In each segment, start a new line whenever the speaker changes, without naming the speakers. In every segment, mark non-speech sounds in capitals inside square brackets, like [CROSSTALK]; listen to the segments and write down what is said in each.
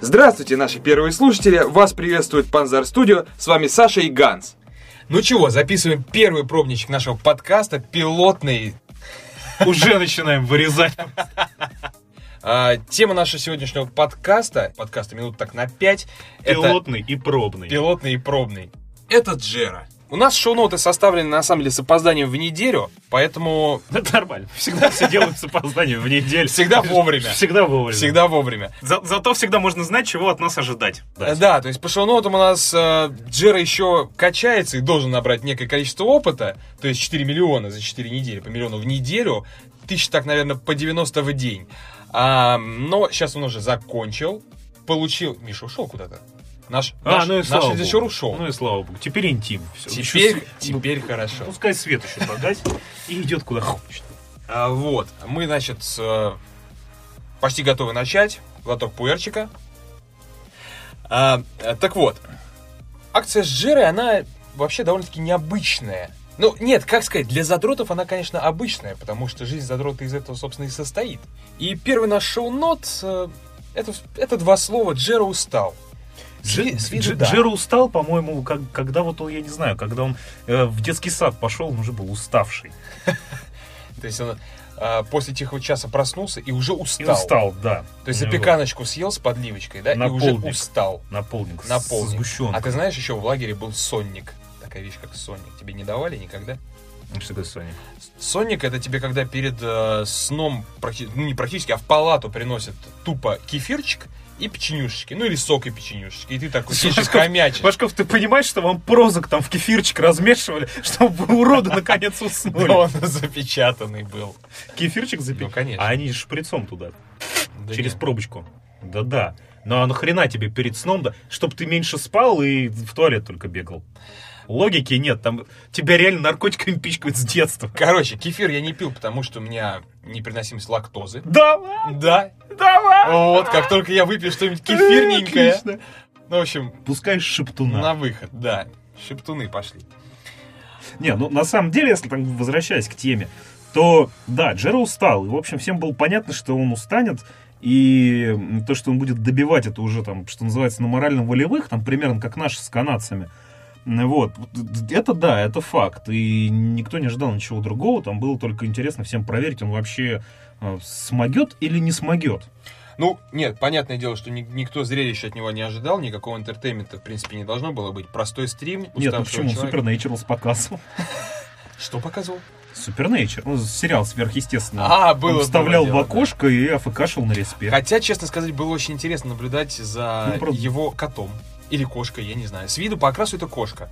Здравствуйте, наши первые слушатели! Вас приветствует Панзар Студио, с вами Саша и Ганс. Ну чего, записываем первый пробничек нашего подкаста, пилотный.
Уже начинаем вырезать.
А, тема нашего сегодняшнего подкаста, подкаста минут так на 5, это
Пилотный и пробный.
пилотный и пробный. Это Джера. У нас шоу-ноты составлены на самом деле с опозданием в неделю, поэтому
Это нормально. Всегда все делают с опозданием в неделю.
Всегда вовремя.
Всегда вовремя.
всегда вовремя.
За- зато всегда можно знать, чего от нас ожидать.
Э, Да, то есть по шоу-нотам у нас э, Джера еще качается и должен набрать некое количество опыта, то есть 4 миллиона за 4 недели, по миллиону в неделю, тысяч так, наверное, по 90 в день. А, но сейчас он уже закончил, получил... Миша ушел куда-то. Наш,
А,
наш-
ну и
наш
слава богу.
режиссер ушел.
Ну и слава богу. Теперь интим. Всё. Ещё
теперь,
с-
теперь хорошо.
Пускай свет еще погасит и идет куда хочет.
А, вот, мы, значит, с, э, почти готовы начать. Глоток пуэрчика. А, э, так вот, акция с жирой, она вообще довольно-таки необычная. Ну, нет, как сказать, для задротов она, конечно, обычная, потому что жизнь задрота из этого, собственно, и состоит. И первый наш шоу-нот, э, это, это два слова «Джера устал». С ви- с виду да.
Джира устал, по-моему, как, когда вот он, я не знаю, когда он э, в детский сад пошел, он уже был уставший.
То есть он э, после тихого часа проснулся и уже
И
устал.
устал, Ну да.
То есть
У него
запеканочку съел с подливочкой, да, и уже
Наполник.
устал.
Наполник. с-
на
с
полдник.
сгущёнкой.
А ты знаешь, еще в лагере был сонник. Такая вещь, как сонник. Тебе не давали никогда?
Что такое Соня?
Сонник это тебе, когда перед э, сном, практи- ну не практически, а в палату приносят тупо кефирчик и печенюшечки. Ну или сок и печенюшечки. И ты такой сидишь и
Машков,
хомячишь.
Машков, ты понимаешь, что вам прозок там в кефирчик размешивали, [LAUGHS] чтобы уроды наконец
Да,
уснули?
он [LAUGHS] запечатанный был.
Кефирчик запил.
Ну, конечно.
А они же шприцом туда,
Да
через
нет.
пробочку. Да-да. Ну а нахрена тебе перед сном, да, чтобы ты меньше спал и в туалет только бегал? Логики нет, там тебя реально наркотиками пичкают с детства.
Короче, кефир я не пил, потому что у меня непереносимость лактозы.
Давай,
Да.
давай!
Вот, как только я выпью что-нибудь кефирненькое.
Отлично.
Ну, в общем,
Пускай шептуна.
на выход, да. Шептуны пошли.
Не, ну на самом деле, если там возвращаясь к теме, то да, Джера устал. И, в общем, всем было понятно, что он устанет. И м, то, что он будет добивать это уже там, что называется, на морально-волевых, там примерно как наши с канадцами. М, Вот, Вот, это да, это факт. И никто не ожидал ничего другого. Там было только интересно всем проверить, он вообще э, смогет или не смогет.
Ну, нет, понятное дело, что ни- никто зрелища от него не ожидал, никакого интертеймента, в принципе, не должно было быть. Простой стрим,
Нет, ну
уставшего
почему?
человека.
Супернейчерлс показывал.
Что показывал?
Супернейчер, ну, сериал сверхъестественный.
А,
он
было
вставлял
было
в
дело, да.
окошко и афкашил на респе.
Хотя, честно сказать, было очень интересно наблюдать за
Ну, правда.
его котом. Или кошкой, я не знаю. С виду по окрасу это кошка.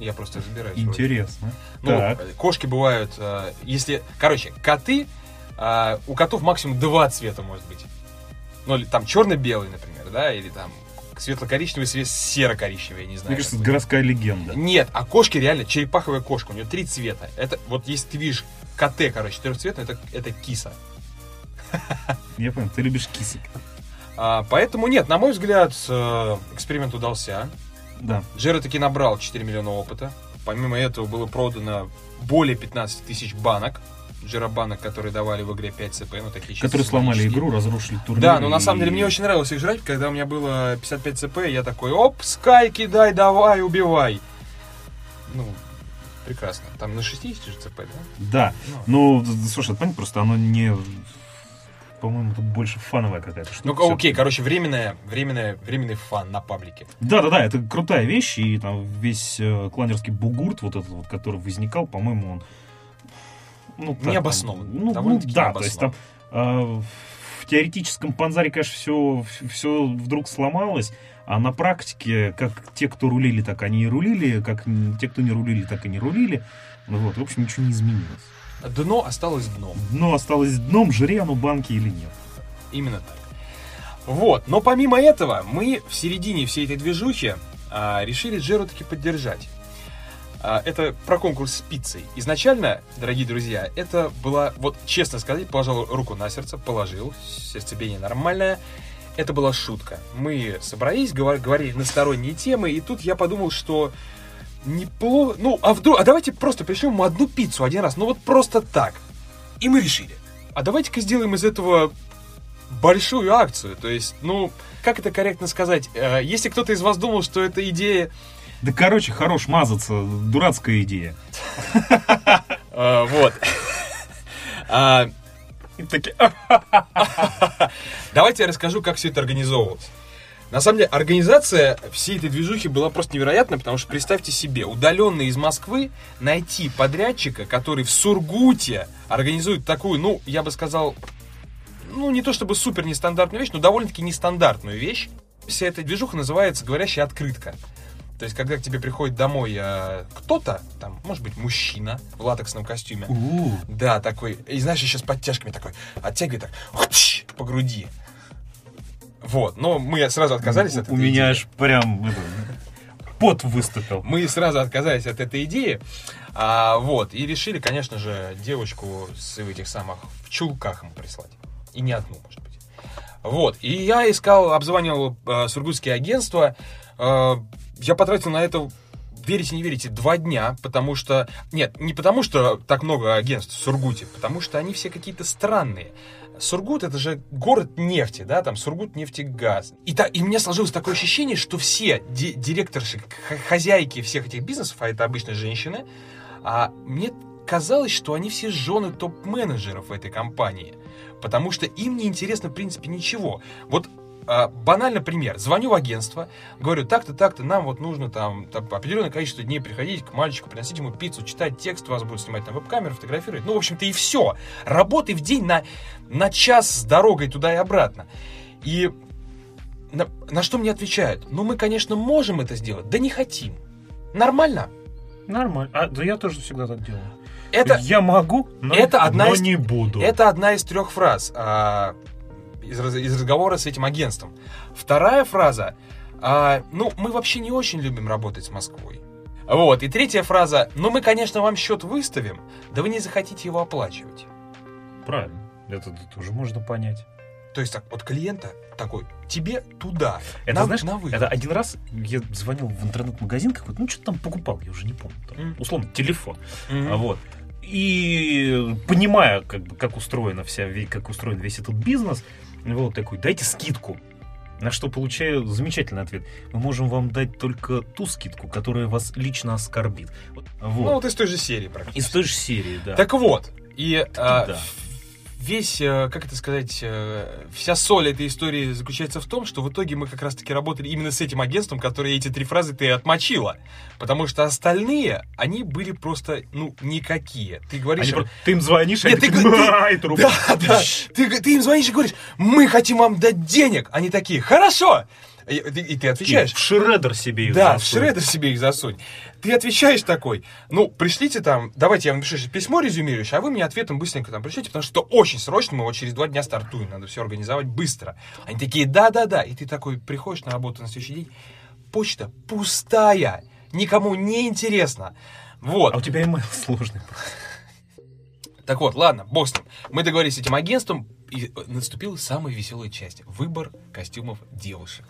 Я просто разбираюсь. в этом.
Интересно.
Ну,
Так.
э, кошки бывают, э, если... Короче, коты, э, у котов максимум два цвета может быть. Ну, или там черно-белый, например, да, или там светло-коричневый, с- серо-коричневый, я не знаю.
Мне кажется,
как
это
бы.
городская легенда.
Нет, а кошки реально черепаховая кошка, у нее три цвета. Это вот если ты видишь коте, короче, трехцветную, это, это киса.
Я понял, ты любишь кисок.
А, поэтому нет, на мой взгляд, э, эксперимент удался.
Да.
Джера таки набрал 4 миллиона опыта. Помимо этого было продано более 15 тысяч банок. Джера банок, которые давали в игре 5 ЦП, ну такие чисто
Которые сломали
символические.
игру, разрушили турнир.
Да, но на самом
и-
деле мне очень нравилось их жрать, когда у меня было 55 ЦП, я такой, оп, скай, кидай, давай, убивай. Ну, прекрасно. Там на 60 же ЦП, да?
Да.
Ну.
Ну, д- д- слушай, это понятно, просто оно не... По-моему, это больше фановая какая-то штука.
Ну, окей, короче, временная, временная, временный фан на паблике.
Да-да-да, это крутая вещь, и там весь э, кланерский бугурт, вот этот вот, который возникал, по-моему, он... Ну, так,
Необоснован.
там, Ну, ну,
Довольно-таки
да, то есть там
необоснован.
э, в теоретическом панзаре, конечно, все, все вдруг сломалось, а на практике, как те, кто рулили, так они и рулили, как н- те, кто не рулили, так и не рулили. Ну Вот, в общем, ничего не изменилось.
Дно осталось дном.
Дно осталось дном, жри оно банки или нет.
Именно так. Вот, но помимо этого, мы в середине всей этой движухи а, решили Джеру таки поддержать. А, это про конкурс с пиццей. Изначально, дорогие друзья, это была, вот честно сказать, положил руку на сердце, положил, сердцебиение нормальное. Это была шутка. Мы собрались, говор- говорили на сторонние темы, и тут я подумал, что неплохо... Ну, а вдруг... А давайте просто пришлем ему одну пиццу один раз, ну вот просто так. И мы решили. А давайте-ка сделаем из этого большую акцию. То есть, ну, как это корректно сказать? Э, Если кто-то из вас думал, что эта идея
Да, короче, хорош мазаться, дурацкая идея.
А, Вот. [LAUGHS] А, и такие,
«А,
Давайте я расскажу, как все это организовывалось. На самом деле, организация всей этой движухи была просто невероятна, потому что, представьте себе, удаленно из Москвы найти подрядчика, который в Сургуте организует такую, ну, я бы сказал, ну, не то чтобы супер нестандартную вещь, но довольно-таки нестандартную вещь. Вся эта движуха называется «Говорящая открытка». То есть, когда к тебе приходит домой э, кто-то, там, может быть, мужчина в латексном костюме,
У,
да, такой. И знаешь, еще с подтяжками такой. Оттягивай так. хтщ, по груди. Вот. Но мы сразу отказались от
У
этой
меня
идеи.
аж прям это, пот выступил.
Мы сразу отказались от этой идеи. А, вот. И решили, конечно же, девочку с этих самых в чулках ему прислать. И не одну, может быть. Вот. И я искал, обзванивал э, сургутские агентства. Э, я потратил на это верите, не верите, два дня, потому что... Нет, не потому что так много агентств в Сургуте, потому что они все какие-то странные. Сургут — это же город нефти, да, там Сургут нефтегаз. И, та, и у меня сложилось такое ощущение, что все ди- директорши, х- хозяйки всех этих бизнесов, а это обычно женщины, а мне казалось, что они все жены топ-менеджеров в этой компании, потому что им не интересно, в принципе, ничего. Вот а, банально пример. Звоню в агентство, говорю, так-то, так-то, нам вот нужно там, там определенное количество дней приходить к мальчику, приносить ему пиццу, читать текст, вас будут снимать на веб-камеру, фотографировать. Ну, в общем-то, и все. Работы в день на, на час с дорогой туда и обратно. И на, на что мне отвечают? Ну, мы, конечно, можем это сделать, да не хотим. Нормально.
Нормально. А, да я тоже всегда так делаю.
Это,
Я могу, но,
Это одна
но
из-
не буду.
Это одна из трех фраз а, из, раз- из разговора с этим агентством. Вторая фраза. а, ну, мы вообще не очень любим работать с Москвой. Вот. И третья фраза. Ну, мы, конечно, вам счет выставим, да вы не захотите его оплачивать.
Правильно. Это т- тоже можно понять.
То есть так, от клиента такой, тебе туда.
Это,
нам
знаешь,
на вывод.
это один раз я звонил в интернет-магазин какой-то, ну что-то там покупал, я уже не помню. там,
Мгм.
условно, телефон.
Мгм.
А Вот. И понимая, как, бы, как устроена вся, ве- как устроен весь этот бизнес, вот такой, дайте скидку. На что получаю замечательный ответ. Мы можем вам дать только ту скидку, которая вас лично оскорбит. Вот.
Ну, вот из той же серии практически.
Из той же серии, да.
Так вот, и а,
да.
ф- весь, э, как это сказать, э, вся соль этой истории заключается в том, что в итоге мы как раз-таки работали именно с этим агентством, которое эти три фразы ты отмочила. Потому что остальные, они были просто, ну, никакие. Ты говоришь...
Они
им-
про- ты им звонишь, а
Нет,
они
ты-
такие,
ты-
«Ма», и [LAUGHS] трубку.
Да, да. Ты, г- ты им звонишь и говоришь, мы хотим вам дать денег. Они такие, хорошо. И, и- и ты отвечаешь,
В шредер себе их
да, в
засунь.
шредер себе их засунь. Ты отвечаешь такой, ну, пришлите там, давайте я вам напишу сейчас письмо резюмирующее, а вы мне ответом быстренько там пришлите, потому что очень срочно, мы вот через два дня стартуем, надо все организовать быстро. Они такие, да-да-да, и ты такой приходишь на работу на следующий день, почта пустая, никому не интересно. Вот.
А у тебя имейл сложный.
Так вот, ладно, бог с ним. Мы договорились с этим агентством, и э, наступила самая веселая часть. Выбор костюмов девушек.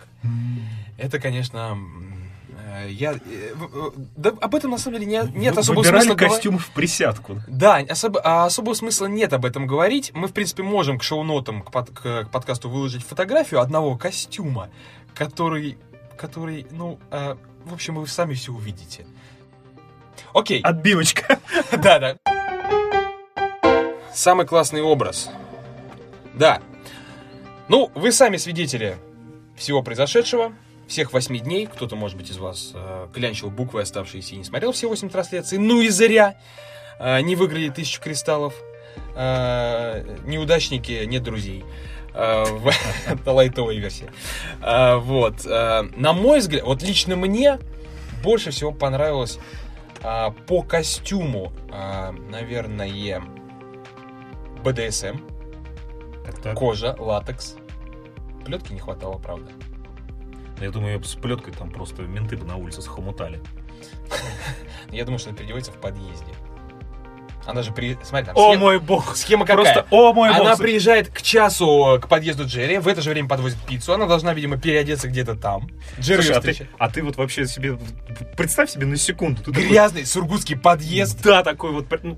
Это, конечно... м, э, Я... э, в- э, Да об этом, на самом деле, не- нет
Вы-
особого
выбирали
смысла говорить.
костюмы в присядку.
Да, особо- а особого смысла нет об этом говорить. Мы, в принципе, можем к шоу-нотам, к, под- к- к подкасту выложить фотографию одного костюма, который... Который, ну... э, в общем, вы сами все увидите. Окей.
Отбивочка.
[LAUGHS] Да, да. Самый классный образ. Да. Ну, вы сами свидетели всего произошедшего. Всех восьми дней. Кто-то, может быть, из вас э, клянчил буквы, оставшиеся и не смотрел все восемь трансляций. Ну и зря. Э, не выиграли тысячу кристаллов. Э, неудачники, нет друзей. Э, [LAUGHS] в- Это лайтовая версия. Э, Вот. Э, На мой взгляд, вот лично мне больше всего понравилось а, по костюму, а, наверное, БДСМ, кожа, латекс. Плетки не хватало, правда.
Я думаю, её с плеткой там просто менты бы на улице схомутали.
Я думаю, что это переодевается в подъезде. Она же при... Смотри, там
О
А схема-
мой бог!
схема какая?
Просто о мой бог!
Она приезжает к часу э, к подъезду Джерри, в это же время подвозит пиццу, она должна, видимо, переодеться где-то там. Джерри
Слушай,
её
а, ты,
встречает.
а ты вот вообще себе представь себе на секунду. Ты такой,
Грязный сургутский подъезд.
да, такой вот. ну,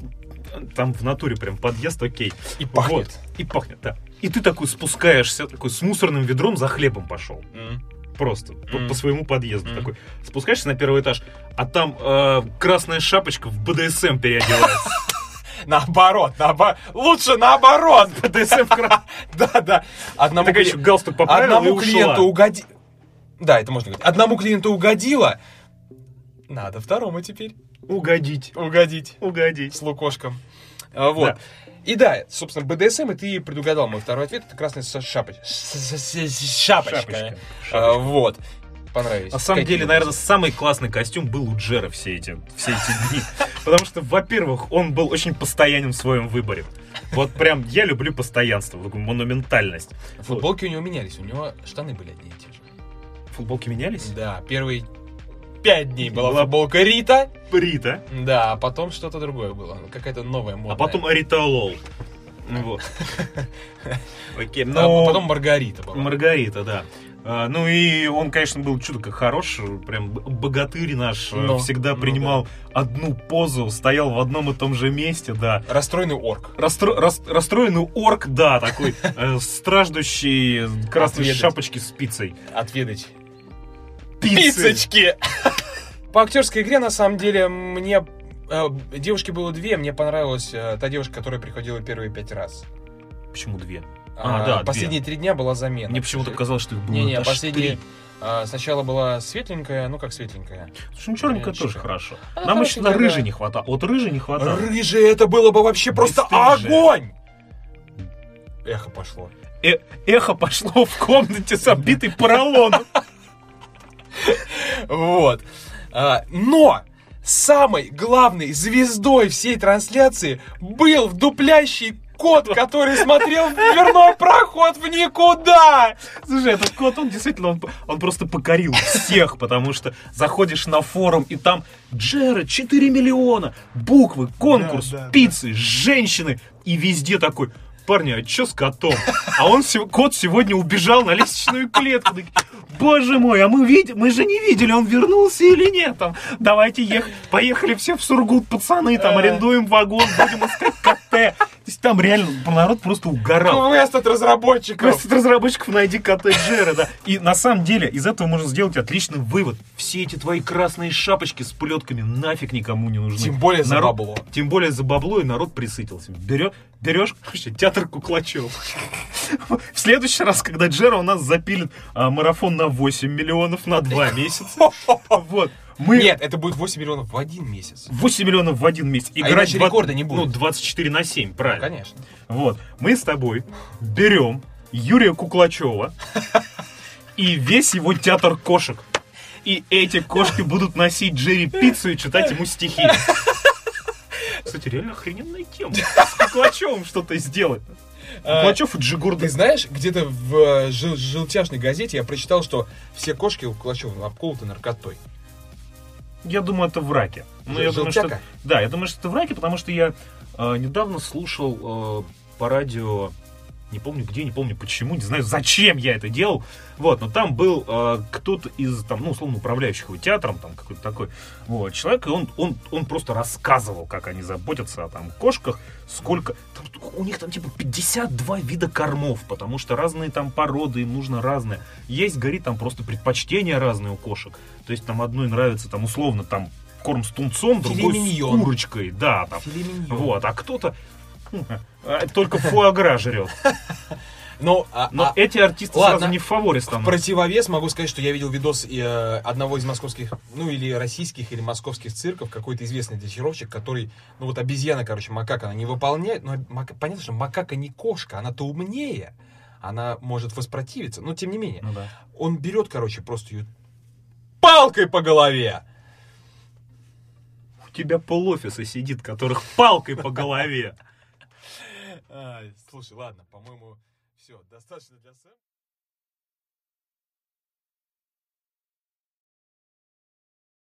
там в натуре прям подъезд, окей.
И пахнет.
Вот. И пахнет, да. И ты такой спускаешься, такой с мусорным ведром за хлебом пошел.
М.
Просто по-
Мгм.
по, своему подъезду.
Мгм.
Такой спускаешься на первый этаж, а там э, красная шапочка в БДСМ переодевается.
Наоборот, наоборот. Лучше наоборот. [LAUGHS]
БДСМ в красном.
Да, да. Одному,
Такая
кли-
еще галстук поправила и
одному клиенту
ушла.
угоди... Да, это можно говорить. Одному клиенту угодило. Надо второму теперь
Угодить.
угодить
Угодить.
с лукошком. А, Вот.
Да.
И да, собственно, БДСМ, и ты предугадал мой второй ответ, это красная со- шапоч- с- с- с- шапочка.
Шапочка.
А, Вот. Понравились.
На самом
Какие
деле, наверное, самый классный костюм был у Джера все эти, все эти [LAUGHS] дни. Потому что, во-первых, он был очень постоянен в своем выборе. Вот прям я люблю постоянство, такую монументальность.
Футболки у него менялись, у него штаны были одни и те же.
Футболки менялись?
Да, первые пять дней была,
Была-
футболка Рита,
Рита.
да, а потом что-то другое было, ну, какая-то новая мода.
А потом Ариталол. Вот. [LAUGHS] Окей, ну,
А
но...
потом Маргарита была.
Маргарита, да. А, Ну и он, конечно, был чудо как хорош, прям б- богатырь наш, э,
Но.
всегда
Ну
принимал одну позу, стоял в одном и том же месте, да.
Расстроенный орк.
Расстро- рас- расстроенный орк, да, такой э, страждущий красной
Отведать.
шапочки с пиццей.
Отведать.
Пиццей.
[LAUGHS] По актерской игре, на самом деле, мне... э, Девушки было две, мне понравилась э, та девушка, которая приходила первые пять раз.
Почему две? А, да, две.
Последние три дня была замена.
Мне почему-то казалось, что их было
ну, Не-не,
аж
последние...
три.
э, Сначала была светленькая, ну как светленькая.
Слушай, ну черненькая
Конечно.
тоже хорошо.
Она
Нам еще на
хорошенькая,
рыжей
да.
не хватало. Вот рыжей не хватало.
Рыжая, это было бы вообще просто
Бесстыжая.
огонь! Эхо пошло.
Э- эхо пошло в комнате с оббитой поролоном.
Вот. А, Но самой главной звездой всей трансляции был вдуплящий кот, который смотрел в дверной проход в никуда.
Слушай, этот кот, он действительно, он, он просто покорил всех, потому что заходишь на форум, и там Джера 4 миллиона, буквы, конкурс,
Да, да,
пиццы, женщины, и везде такой, парни, а чё с котом? А он, сего- кот сегодня убежал на лестничную клетку. Такие, Боже мой, а мы види- мы же не видели, он вернулся или нет. Там, давайте ех- поехали все в Сургут, пацаны, там арендуем вагон, будем искать коте. То есть там реально народ просто угорал.
Квест от разработчиков.
Просто от разработчиков найди кота Джера, да. И на самом деле из этого можно сделать отличный вывод. Все эти твои красные шапочки с плетками нафиг никому не нужны.
Тем более за
Народ-
бабло.
Тем более за бабло, и народ присытился. Берешь, берешь вообще, театр куклачев. В следующий раз, когда Джера у нас запилит а, марафон на 8 миллионов на 2 месяца. Вот. Мы
Нет, это будет 8 миллионов в один месяц.
8 миллионов в один месяц.
А иначе рекорда не будет.
Ну, 24 на 7, правильно.
Конечно.
Вот, мы с тобой берем Юрия Куклачева и весь его театр кошек. И эти кошки будут носить Джерри пиццу и читать ему стихи. Кстати, реально охрененная тема. С Куклачевым что-то сделать.
А,
Куклачев и Джигурда.
Ты знаешь, где-то в э, жел- желтяшной газете я прочитал, что все кошки у Кулачева обколоты наркотой.
Я думаю, это в раке. Ну, я думаю, что...
Желтяка?
Да, я думаю, что это в раке, потому что я э, недавно слушал э, по радио, не помню где, не помню почему, не знаю, зачем я это делал. Вот, но там был э, кто-то из, там, ну, условно, управляющих его театром, там, какой-то такой, вот, человек, и он, он, он просто рассказывал, как они заботятся о, там, кошках, сколько... там, у них там, типа, 52 вида кормов, потому что разные там породы, им нужно разное. Есть, горит, там просто предпочтения разные у кошек. То есть, там, одной нравится, там, условно, там, корм с тунцом,
Филе
другой
миньон.
с курочкой, да, там.
Филе миньон.
Вот, а кто-то э, только фуагра жрет.
Ну, а-
Но
а-
эти артисты
ладно.
сразу не в фаворе
В
становятся.
противовес могу сказать, что я видел видос э, одного из московских, ну или российских, или московских цирков, какой-то известный дрессировщик, который, ну вот обезьяна, короче, макака, она не выполняет, но мака- понятно, что макака не кошка, она-то умнее, она может воспротивиться, но тем не менее.
Ну да.
Он берет, короче, просто ее палкой по голове.
У тебя пол офиса сидит, которых палкой по голове.
Ай, слушай, ладно, по-моему, все, достаточно для Сэма.